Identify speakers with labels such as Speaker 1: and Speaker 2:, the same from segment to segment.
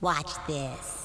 Speaker 1: Watch this.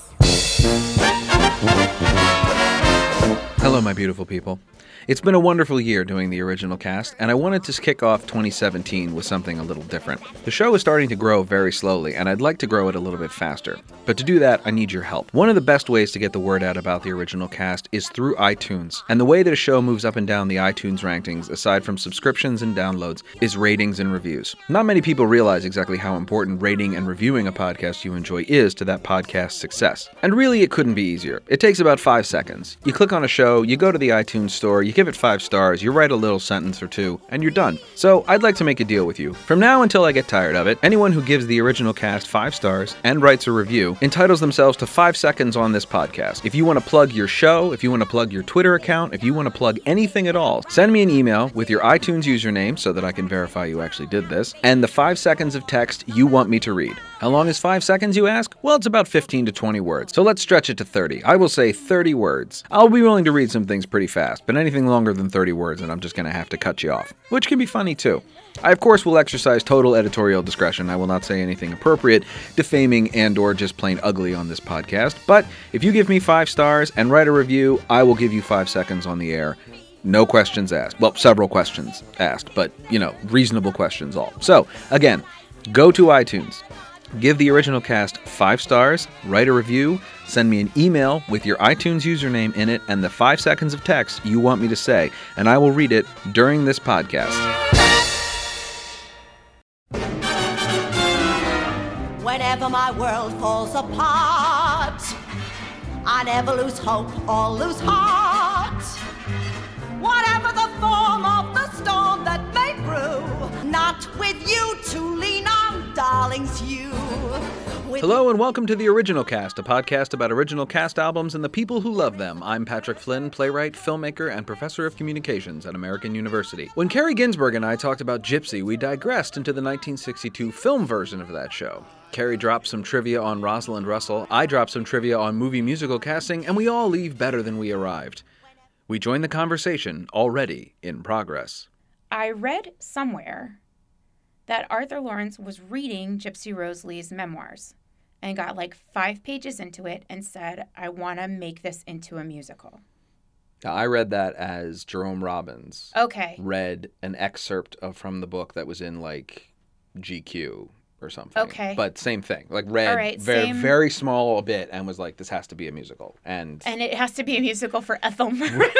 Speaker 2: Hello, my beautiful people. It's been a wonderful year doing the original cast, and I wanted to kick off 2017 with something a little different. The show is starting to grow very slowly, and I'd like to grow it a little bit faster. But to do that, I need your help. One of the best ways to get the word out about the original cast is through iTunes, and the way that a show moves up and down the iTunes rankings, aside from subscriptions and downloads, is ratings and reviews. Not many people realize exactly how important rating and reviewing a podcast you enjoy is to that podcast's success. And really, it couldn't be easier. It takes about five seconds. You click on a show, you go to the iTunes store, you give it five stars, you write a little sentence or two, and you're done. So I'd like to make a deal with you. From now until I get tired of it, anyone who gives the original cast five stars and writes a review entitles themselves to five seconds on this podcast. If you want to plug your show, if you want to plug your Twitter account, if you want to plug anything at all, send me an email with your iTunes username so that I can verify you actually did this, and the five seconds of text you want me to read. How long is five seconds, you ask? Well, it's about 15 to 20 words, so let's stretch it to 30. I will say 30 words. I'll be willing to read some things pretty fast, but anything longer than 30 words, and I'm just gonna have to cut you off, which can be funny too. I, of course, will exercise total editorial discretion. I will not say anything appropriate, defaming, and/or just plain ugly on this podcast. But if you give me five stars and write a review, I will give you five seconds on the air no questions asked. Well, several questions asked, but you know, reasonable questions all. So, again, go to iTunes, give the original cast five stars, write a review, send me an email with your iTunes username in it and the five seconds of text you want me to say, and I will read it during this podcast.
Speaker 1: Whenever my world falls apart, I never lose hope or lose heart. Whatever the form of the storm that may brew, not with you to lean on, darlings, you. With
Speaker 2: Hello and welcome to the Original Cast, a podcast about original cast albums and the people who love them. I'm Patrick Flynn, playwright, filmmaker, and professor of communications at American University. When Carrie Ginsburg and I talked about Gypsy, we digressed into the 1962 film version of that show. Carrie dropped some trivia on Rosalind Russell, I dropped some trivia on movie musical casting, and we all leave better than we arrived. We join the conversation already in progress.
Speaker 3: I read somewhere that Arthur Lawrence was reading Gypsy Rose Lee's memoirs and got like five pages into it and said, I want to make this into a musical.
Speaker 2: Now, I read that as Jerome Robbins
Speaker 3: Okay.
Speaker 2: read an excerpt of from the book that was in like GQ or something.
Speaker 3: Okay.
Speaker 2: But same thing. Like read
Speaker 3: All right,
Speaker 2: very
Speaker 3: same-
Speaker 2: very small a bit and was like this has to be a musical. And,
Speaker 3: And it has to be a musical for Ethel Merman.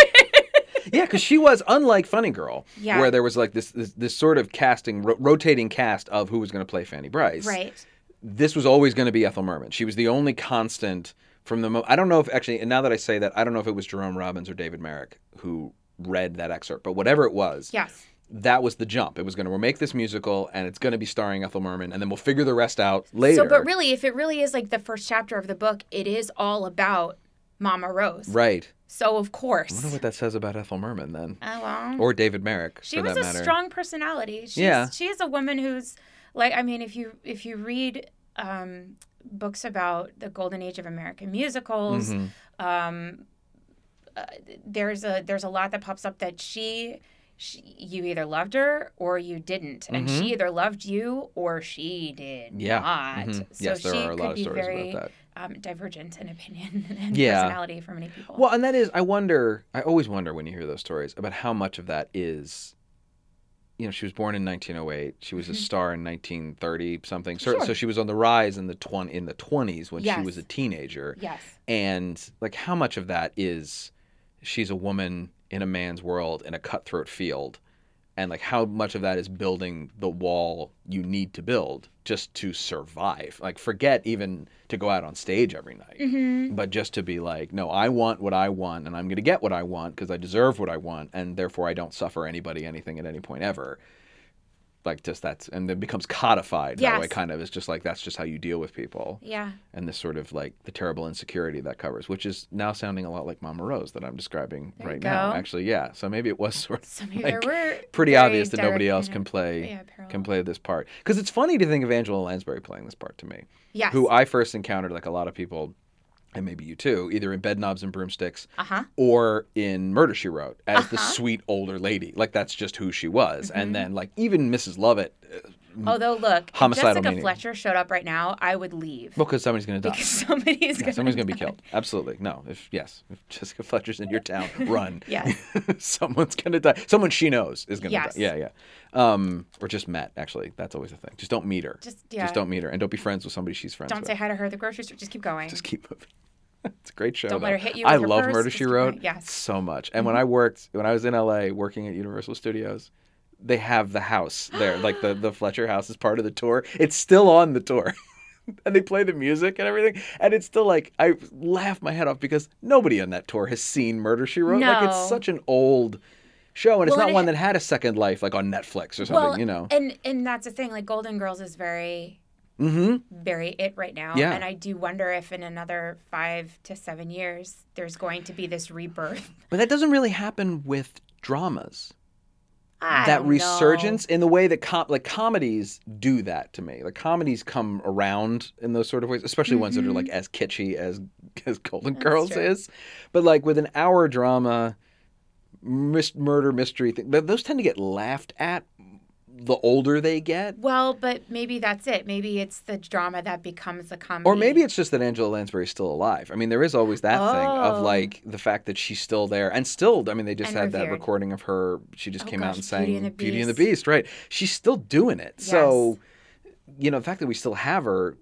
Speaker 2: yeah, cuz she was unlike Funny Girl
Speaker 3: Yeah.
Speaker 2: where there was like this this, this sort of casting ro- rotating cast of who was going to play Fanny Bryce.
Speaker 3: right.
Speaker 2: This was always going to be Ethel Merman. She was the only constant from the mo- I don't know if actually and now that I say that I don't know if it was Jerome Robbins or David Merrick who read that excerpt, but whatever it was.
Speaker 3: Yes.
Speaker 2: that was the jump. It was going to make this musical, and it's going to be starring Ethel Merman, and then we'll figure the rest out later.
Speaker 3: So, but really, if it really is like the first chapter of the book, it is all about Mama Rose.
Speaker 2: right.
Speaker 3: So, of course.
Speaker 2: I wonder what that says about Ethel Merman then,
Speaker 3: oh, well.
Speaker 2: or David Merrick,
Speaker 3: she
Speaker 2: for
Speaker 3: was
Speaker 2: that
Speaker 3: a
Speaker 2: matter.
Speaker 3: strong personality she's,
Speaker 2: Yeah.
Speaker 3: she is a woman who's like i mean if you if you read um, books about the golden age of american musicals
Speaker 2: Mhm.
Speaker 3: um, uh, there's a there's a lot that pops up that she, she you either loved her or you didn't and she either loved you or she did
Speaker 2: Mm-hmm. Yeah.
Speaker 3: not
Speaker 2: Mhm.
Speaker 3: so
Speaker 2: yes, there
Speaker 3: she
Speaker 2: are a
Speaker 3: could
Speaker 2: lot of
Speaker 3: be
Speaker 2: stories
Speaker 3: very
Speaker 2: about that.
Speaker 3: Um, divergent in opinion and
Speaker 2: Yeah.
Speaker 3: personality for many people
Speaker 2: Well, and that is, I wonder, I always wonder when you hear those stories about how much of that is, you know, she was born in 1908. She was a
Speaker 3: Mhm.
Speaker 2: star in 1930 something. So,
Speaker 3: Sure.
Speaker 2: so she was on the rise in the, twen- in the 20s when she
Speaker 3: Yes.
Speaker 2: was a teenager.
Speaker 3: yes
Speaker 2: and like how much of that is she's a woman in a man's world in a cutthroat field and like how much of that is building the wall you need to build just to survive like forget even to go out on stage every night
Speaker 3: hmm
Speaker 2: but just to be like no i want what i want and i'm going to get what i want because i deserve what i want and therefore i don't suffer anybody anything at any point ever like just that's and then becomes codified that
Speaker 3: Yes.
Speaker 2: way kind of it's just like that's just how you deal with people
Speaker 3: yeah
Speaker 2: and this sort of like the terrible insecurity that covers, which is now sounding a lot like Mama Rose that I'm describing
Speaker 3: There you
Speaker 2: right now.
Speaker 3: go.
Speaker 2: Actually, yeah. So maybe it was sort of
Speaker 3: so maybe
Speaker 2: Like,
Speaker 3: there were
Speaker 2: pretty
Speaker 3: very
Speaker 2: obvious that nobody
Speaker 3: direct
Speaker 2: else
Speaker 3: inter-
Speaker 2: can play
Speaker 3: yeah, parallel.
Speaker 2: can play this part. Because it's funny to think of Angela Lansbury playing this part to me,
Speaker 3: Yes.
Speaker 2: who I first encountered like a lot of people, and maybe you too, either in Bedknobs and Broomsticks
Speaker 3: Uh huh.
Speaker 2: or in Murder She Wrote as the
Speaker 3: Uh-huh. Mm-hmm.
Speaker 2: sweet older lady. Like that's just who she was. And then like even Mrs. Lovett uh,
Speaker 3: Although, look, if
Speaker 2: Homicidal
Speaker 3: Jessica
Speaker 2: maniac.
Speaker 3: Fletcher showed up right now, I would leave
Speaker 2: Well, because somebody's going to die.
Speaker 3: because somebody is
Speaker 2: Yeah,
Speaker 3: gonna.
Speaker 2: somebody's going to be killed. Absolutely. No. If yes, if Jessica Fletcher's in your town, run.
Speaker 3: Yes.
Speaker 2: Someone's going to die. Someone she knows is going to
Speaker 3: Yes.
Speaker 2: die. Yeah, yeah. Um, or just met. Actually, that's always a thing. Just don't meet her.
Speaker 3: Just- yeah.
Speaker 2: Just don't meet her, and don't be friends with somebody she's friends
Speaker 3: Don't
Speaker 2: with.
Speaker 3: say hi to her at the grocery store. Just keep going.
Speaker 2: Just keep moving. It's a great show.
Speaker 3: Don't let
Speaker 2: though.
Speaker 3: her hit you
Speaker 2: I
Speaker 3: with her
Speaker 2: love
Speaker 3: purse.
Speaker 2: Murder
Speaker 3: Just
Speaker 2: She
Speaker 3: keep
Speaker 2: Wrote
Speaker 3: going. Yes. Mm-hmm.
Speaker 2: so much. And when I worked, when I was in LA working at Universal Studios, they have the house there, like the the Fletcher house is part of the tour. It's still on the tour. and they play the music and everything. And it's still like I laugh my head off because nobody on that tour has seen Murder She Wrote. Like
Speaker 3: No.
Speaker 2: it's such an old show and it's
Speaker 3: Well,
Speaker 2: not
Speaker 3: and it
Speaker 2: one
Speaker 3: ha-
Speaker 2: that had a second life like on Netflix or something,
Speaker 3: well,
Speaker 2: you know.
Speaker 3: and and that's the thing. Like Golden Girls is very
Speaker 2: mhm.
Speaker 3: very it right now,
Speaker 2: Yeah.
Speaker 3: and I do wonder if in another five to seven years there's going to be this rebirth.
Speaker 2: But that doesn't really happen with dramas.
Speaker 3: I
Speaker 2: that
Speaker 3: don't know.
Speaker 2: resurgence in the way that com- like comedies do that to me. Like comedies come around in those sort of ways, especially ones that are
Speaker 3: Mhm.
Speaker 2: like as kitschy as as Golden
Speaker 3: That's
Speaker 2: Girls
Speaker 3: true.
Speaker 2: is. But like with an hour drama, mis- murder mystery thing, th- those tend to get laughed at the older they get.
Speaker 3: Well, but maybe that's it. Maybe it's the drama that becomes the comedy.
Speaker 2: Or maybe it's just that Angela Lansbury's still alive. I mean, there is always that thing
Speaker 3: Oh.
Speaker 2: of like the fact that she's still there and still. I mean, they just
Speaker 3: And
Speaker 2: had that
Speaker 3: revered.
Speaker 2: recording of her. She just
Speaker 3: Oh
Speaker 2: came out
Speaker 3: gosh,
Speaker 2: and sang
Speaker 3: Beauty and the Beast.
Speaker 2: Beast, right? She's still doing it. So, you know, the fact that we still have her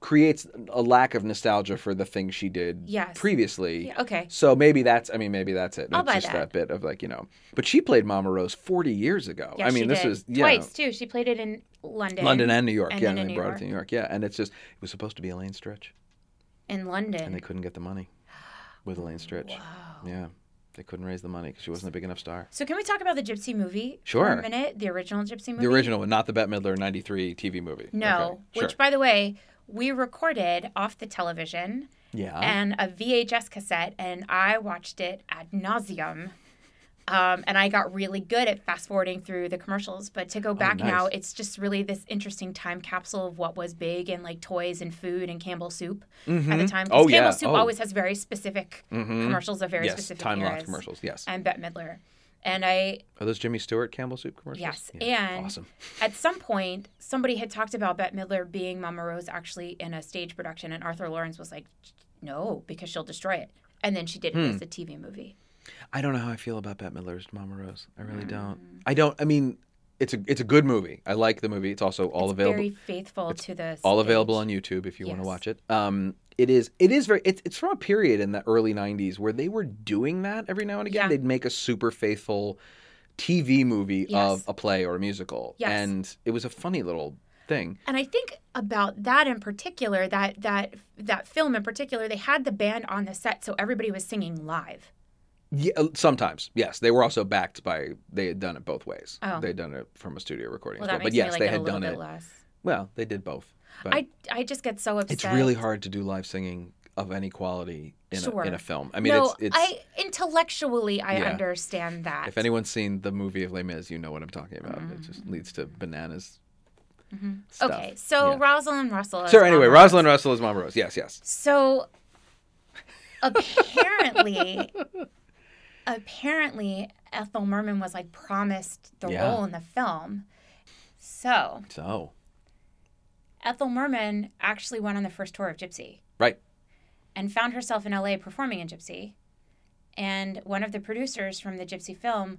Speaker 2: creates a lack of nostalgia for the thing she did
Speaker 3: Yes.
Speaker 2: previously.
Speaker 3: Yeah, okay.
Speaker 2: So maybe that's. I mean, maybe that's it.
Speaker 3: I'll
Speaker 2: it's
Speaker 3: buy
Speaker 2: just that.
Speaker 3: that.
Speaker 2: bit of like you know. But she played Mama Rose forty years ago.
Speaker 3: Yeah,
Speaker 2: I mean,
Speaker 3: she
Speaker 2: this
Speaker 3: did.
Speaker 2: is yeah.
Speaker 3: twice too. She played it in London.
Speaker 2: London and New York,
Speaker 3: and
Speaker 2: yeah,
Speaker 3: then
Speaker 2: and
Speaker 3: in
Speaker 2: they
Speaker 3: New
Speaker 2: brought
Speaker 3: York.
Speaker 2: it to New York, yeah, and it's just it was supposed to be a lane stretch
Speaker 3: in London.
Speaker 2: and they couldn't get the money with Elaine Stritch. Yeah, they couldn't raise the money because she wasn't a big enough star.
Speaker 3: So can we talk about the Gypsy movie for
Speaker 2: Sure.
Speaker 3: a minute? The original Gypsy movie.
Speaker 2: The original, but not the Bette Midler '93 TV movie.
Speaker 3: No,
Speaker 2: Okay,
Speaker 3: which
Speaker 2: sure.
Speaker 3: by the way, we recorded off the television
Speaker 2: yeah,
Speaker 3: and a VHS cassette, and I watched it ad nauseum. Um, and I got really good at fast forwarding through the commercials. But to go back now,
Speaker 2: Oh, nice.
Speaker 3: it's just really this interesting time capsule of what was big and like toys and food and Campbell soup at the time. 'Cause
Speaker 2: Oh,
Speaker 3: Campbell
Speaker 2: yeah.
Speaker 3: soup
Speaker 2: Oh. Mm-hmm.
Speaker 3: always has very specific commercials of very
Speaker 2: yes,
Speaker 3: specific
Speaker 2: time
Speaker 3: eras.
Speaker 2: locked commercials. Yes,
Speaker 3: And Bette Midler. And I
Speaker 2: are those Jimmy Stewart Campbell soup commercials?
Speaker 3: Yes,
Speaker 2: Yeah,
Speaker 3: and
Speaker 2: awesome.
Speaker 3: at some point, somebody had talked about Bette Midler being Mama Rose actually in a stage production, and Arthur Lawrence was like, "No, because she'll destroy it." And then she did
Speaker 2: Hmm.
Speaker 3: it as a TV movie.
Speaker 2: I don't know how I feel about Bette Midler's Mama Rose. I really
Speaker 3: Mm.
Speaker 2: don't. I don't. I mean, it's a it's a good movie. I like the movie. It's also all available.
Speaker 3: Very faithful to the
Speaker 2: all
Speaker 3: stage.
Speaker 2: available on YouTube if you want
Speaker 3: Yes.
Speaker 2: to watch it. Um, it is it is very it's it's from a period in the early '90s where they were doing that every now and again.
Speaker 3: Yeah.
Speaker 2: They'd make a super faithful TV movie
Speaker 3: Yes.
Speaker 2: of a play or a musical,
Speaker 3: Yes.
Speaker 2: and it was a funny little thing.
Speaker 3: And I think about that in particular, that that that film in particular, they had the band on the set, so everybody was singing live.
Speaker 2: Yeah, uh, sometimes yes, they were also backed by they had done it both ways.
Speaker 3: Oh.
Speaker 2: They'd done it from a studio recording,
Speaker 3: Well,
Speaker 2: as
Speaker 3: that
Speaker 2: well.
Speaker 3: makes
Speaker 2: but yes,
Speaker 3: me like
Speaker 2: they
Speaker 3: it a
Speaker 2: had
Speaker 3: little
Speaker 2: done
Speaker 3: bit
Speaker 2: it.
Speaker 3: less.
Speaker 2: Well, they did both. But
Speaker 3: I I just get so upset.
Speaker 2: it's really hard to do live singing of any quality in,
Speaker 3: Sure.
Speaker 2: a, in a film. I mean,
Speaker 3: no,
Speaker 2: it's, it's
Speaker 3: I intellectually I
Speaker 2: Yeah.
Speaker 3: understand that.
Speaker 2: If anyone's seen the movie of Les Mis, you know what I'm talking about. It just leads to bananas. Stuff.
Speaker 3: Mm-hmm. Okay, so
Speaker 2: Yeah.
Speaker 3: Rosalind Russell. is
Speaker 2: Sure. Anyway,
Speaker 3: on that.
Speaker 2: Rosalind Russell is Mom Rose. Yes, yes.
Speaker 3: So apparently, apparently Ethel Merman was like promised the
Speaker 2: Yeah.
Speaker 3: role in the film. So
Speaker 2: So
Speaker 3: Ethel Merman actually went on the first tour of Gypsy
Speaker 2: right.
Speaker 3: and found herself in LA performing in Gypsy. And one of the producers from the Gypsy film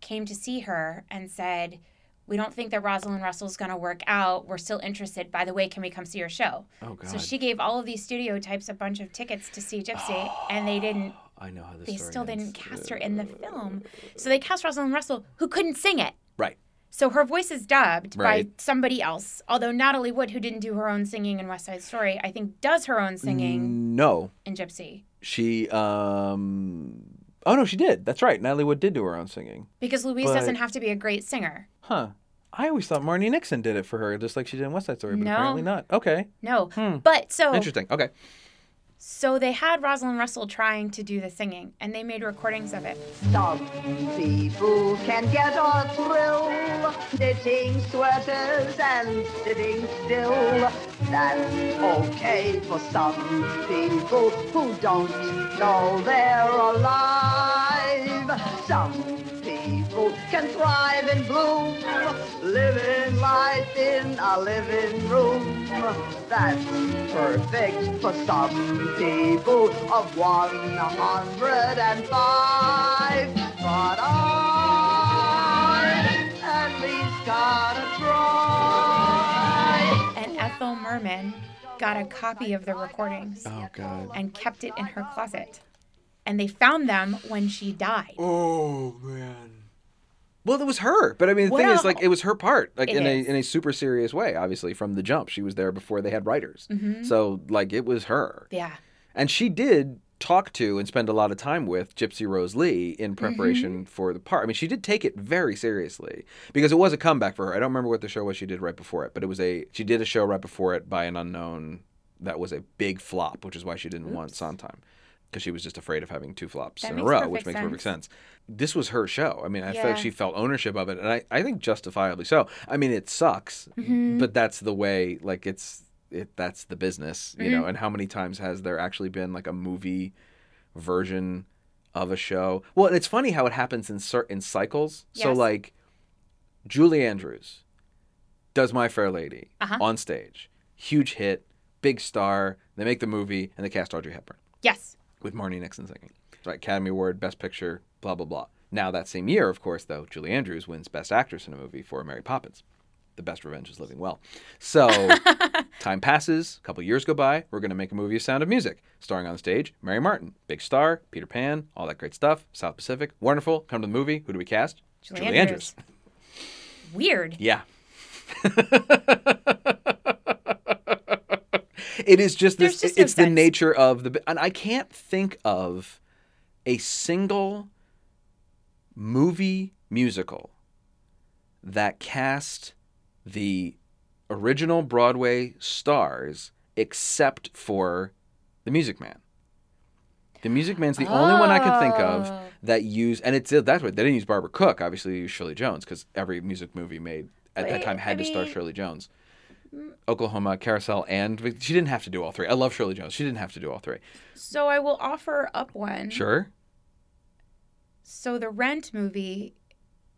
Speaker 3: came to see her and said, We don't think that Rosalind Russell's going to work out. We're still interested. By the way, can we come see your show?
Speaker 2: Oh God.
Speaker 3: So she gave all of these studio types a bunch of tickets to see Gypsy, and they didn't.
Speaker 2: I know how this.
Speaker 3: They
Speaker 2: story
Speaker 3: still didn't
Speaker 2: ends.
Speaker 3: cast her in the film. So they cast Rosalind Russell, who couldn't sing it.
Speaker 2: Right.
Speaker 3: So her voice is dubbed by
Speaker 2: Right.
Speaker 3: somebody else. Although Natalie Wood, who didn't do her own singing in West Side Story, I think does her own
Speaker 2: Mm.
Speaker 3: singing
Speaker 2: No,
Speaker 3: in Gypsy
Speaker 2: she. um Oh no, she did. That's right. Natalie Wood did do her own singing.
Speaker 3: because Louise
Speaker 2: But-
Speaker 3: doesn't have to be a great singer.
Speaker 2: Huh. I always thought Marnie Nixon did it for her, just like she did in West Side Story, but
Speaker 3: No. Oh.
Speaker 2: apparently not. Okay.
Speaker 3: No, but so
Speaker 2: Hmm. Interesting. Okay.
Speaker 3: so they had Rosalind Russell trying to do the singing, and they made recordings of it.
Speaker 1: Some people can get a thrill knitting sweaters and sitting still. That's okay for some people who don't know they're alive. Some people people can thrive and bloom. Living life in a living room. That's perfect for some people of 105. But I at least gotta try.
Speaker 3: And Ethel Merman got a copy of the recordings
Speaker 4: Oh God.
Speaker 3: and kept it in her closet. And they found them when she died.
Speaker 4: Oh man.
Speaker 2: Well, it was her, but I mean, the thing is, like,
Speaker 3: Well,
Speaker 2: it was her part, like
Speaker 3: it
Speaker 2: in
Speaker 3: is.
Speaker 2: a in a super serious way. Obviously, from the jump, she was there before they had writers,
Speaker 3: Mm-hmm.
Speaker 2: so like it was her,
Speaker 3: Yeah.
Speaker 2: and she did talk to and spend a lot of time with Gypsy Rose Lee in
Speaker 3: Mm-hmm.
Speaker 2: preparation for the part. I mean, she did take it very seriously because it was a comeback for her. I don't remember what the show was she did right before it, but it was a she did a show right before it by an unknown that was a big flop, which is why she didn't want Sondheim. Because she was just afraid of having two flops
Speaker 3: That
Speaker 2: in a
Speaker 3: makes
Speaker 2: row,
Speaker 3: perfect
Speaker 2: which makes perfect
Speaker 3: sense.
Speaker 2: sense. This was her show. I mean, I feel
Speaker 3: Yeah.
Speaker 2: like she felt ownership of it, and I, I think justifiably so. I mean, it sucks,
Speaker 3: Mhm.
Speaker 2: but that's the way. Like, it's it that's the business, you
Speaker 3: Mm-hmm.
Speaker 2: know. And how many times has there actually been like a movie version of a show? Well, and it's funny how it happens in certain cycles. So
Speaker 3: Yes.
Speaker 2: like, Julie Andrews does My Fair Lady
Speaker 3: Uh-huh.
Speaker 2: on stage, huge hit, big star. They make the movie and they cast Audrey Hepburn
Speaker 3: Yes.
Speaker 2: with Marnie Nixon singing. Right, Academy Award, Best Picture, blah blah blah. Now that same year, of course, though, Julie Andrews wins Best Actress in a movie for Mary Poppins. The best revenge is living well. So time passes, a couple years go by. We're going to make a movie of Sound of Music, starring on stage Mary Martin, big star, Peter Pan, all that great stuff. South Pacific, wonderful. Come to the movie. Who do we cast?
Speaker 3: Julie Andrews. Weird.
Speaker 2: Yeah. it is just this
Speaker 3: There's just no
Speaker 2: it's the
Speaker 3: sense.
Speaker 2: nature of the and I can't think of a single movie musical that cast the original Broadway stars except for The Music Man. The Music Man's the only one I can think of
Speaker 3: Oh.
Speaker 2: that use, and it's that's what they didn't use Barbara Cook. Obviously, they used Shirley Jones because every music movie made at that
Speaker 3: But,
Speaker 2: time had
Speaker 3: I
Speaker 2: to star
Speaker 3: mean- Mm.
Speaker 2: Shirley Jones. Oklahoma Carousel, and she didn't have to do all three. I love Shirley Jones. She didn't have to do all three.
Speaker 3: So I will offer up one.
Speaker 2: Sure.
Speaker 3: So the Rent movie,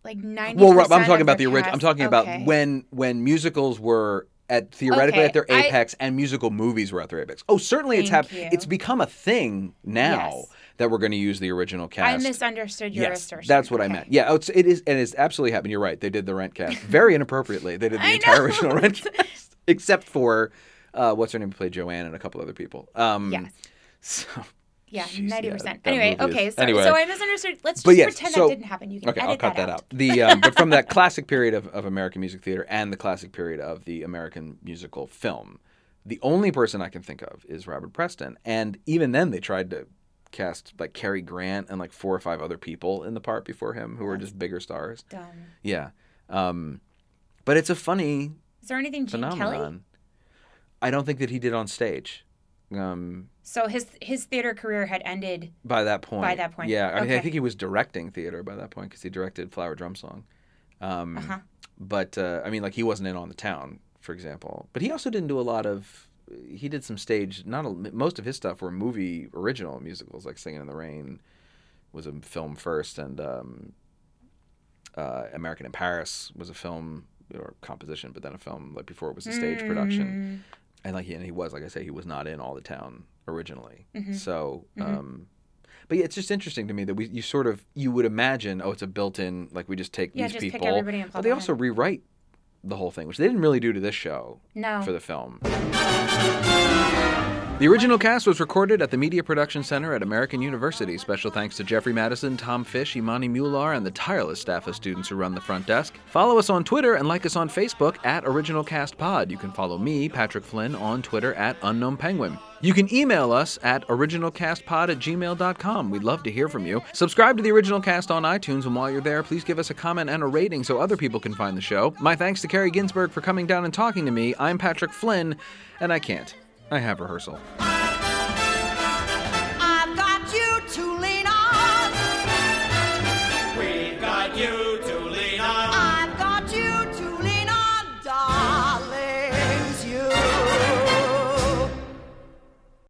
Speaker 3: like ninety.
Speaker 2: Well, Rob, I'm talking about the original. I'm talking
Speaker 3: okay.
Speaker 2: about when when musicals were at theoretically
Speaker 3: Okay,
Speaker 2: at their
Speaker 3: I-
Speaker 2: apex and musical movies were at their apex. Oh, certainly it's
Speaker 3: Thank
Speaker 2: hap-
Speaker 3: you.
Speaker 2: it's become a thing now
Speaker 3: Yes.
Speaker 2: that we're going to use the original
Speaker 3: I
Speaker 2: cast.
Speaker 3: misunderstood your
Speaker 2: Yes,
Speaker 3: assertion.
Speaker 2: that's what I
Speaker 3: Okay.
Speaker 2: meant. Yeah, oh, it's, it is, and it's absolutely happened. You're right. They did the rent cast very inappropriately. They did the
Speaker 3: I
Speaker 2: entire
Speaker 3: know.
Speaker 2: original rent cast, except for uh, what's her name who played Joanne and a couple other people. Um,
Speaker 3: Yes.
Speaker 2: So,
Speaker 3: Yeah,
Speaker 2: Jeez, yeah,
Speaker 3: ninety percent.
Speaker 2: uh, that
Speaker 3: Anyway,
Speaker 2: movie is-
Speaker 3: okay. So,
Speaker 2: anyway.
Speaker 3: so I misunderstood. Let's
Speaker 2: But
Speaker 3: just
Speaker 2: yes,
Speaker 3: pretend
Speaker 2: so-
Speaker 3: that didn't happen. You can
Speaker 2: okay,
Speaker 3: edit
Speaker 2: I'll cut
Speaker 3: that,
Speaker 2: that, out. The um, but from that classic period of, of American music theater and the classic period of the American musical film, the only person I can think of is Robert Preston, and even then they tried to cast like Cary Grant and like four or five other people in the part before him who were just bigger stars.
Speaker 3: Dumb.
Speaker 2: Yeah. Um, but it's a funny
Speaker 3: Is there anything Gene Kelly?
Speaker 2: phenomenon. I don't think that he did on stage. Um,
Speaker 3: So his his theater career had ended.
Speaker 2: by that point.
Speaker 3: By that point.
Speaker 2: Yeah. I, mean, I
Speaker 3: Okay.
Speaker 2: think he was directing theater by that point because he directed Flower Drum Song. Um,
Speaker 3: Uh-huh.
Speaker 2: But uh, I mean, like he wasn't in on the town, for example. But he also didn't do a lot of. He did some stage. Not a, most of his stuff were movie original musicals, like Singing in the Rain was a film first, and um, uh, American in Paris was a film or composition, but then a film like before it was a stage production
Speaker 3: Mm.
Speaker 2: and like he, and he was like I say he was not in all the town originally.
Speaker 3: Mm-hmm.
Speaker 2: So, um, but yeah, it's just interesting to me that we you sort of you would imagine oh it's a built-in like we just take
Speaker 3: Yeah,
Speaker 2: these
Speaker 3: just pick
Speaker 2: people,
Speaker 3: everybody and
Speaker 2: but
Speaker 3: plug
Speaker 2: they
Speaker 3: them in.
Speaker 2: also rewrite the whole thing, which they didn't really do to this show
Speaker 3: No.
Speaker 2: for the film. The original cast was recorded at the Media Production Center at American University. Special thanks to Jeffrey Madison, Tom Fish, Imani Mular, and the tireless staff of students who run the front desk. Follow us on Twitter and like us on Facebook at Original Cast Pod. You can follow me, Patrick Flynn, on Twitter at Unknown Penguin. You can email us at originalcastpod at gmail.com. We'd love to hear from you. Subscribe to the Original Cast on iTunes, and while you're there, please give us a comment and a rating so other people can find the show. My thanks to Carrie Ginsburg for coming down and talking to me. I'm Patrick Flynn, and I can't. I have rehearsal.
Speaker 1: I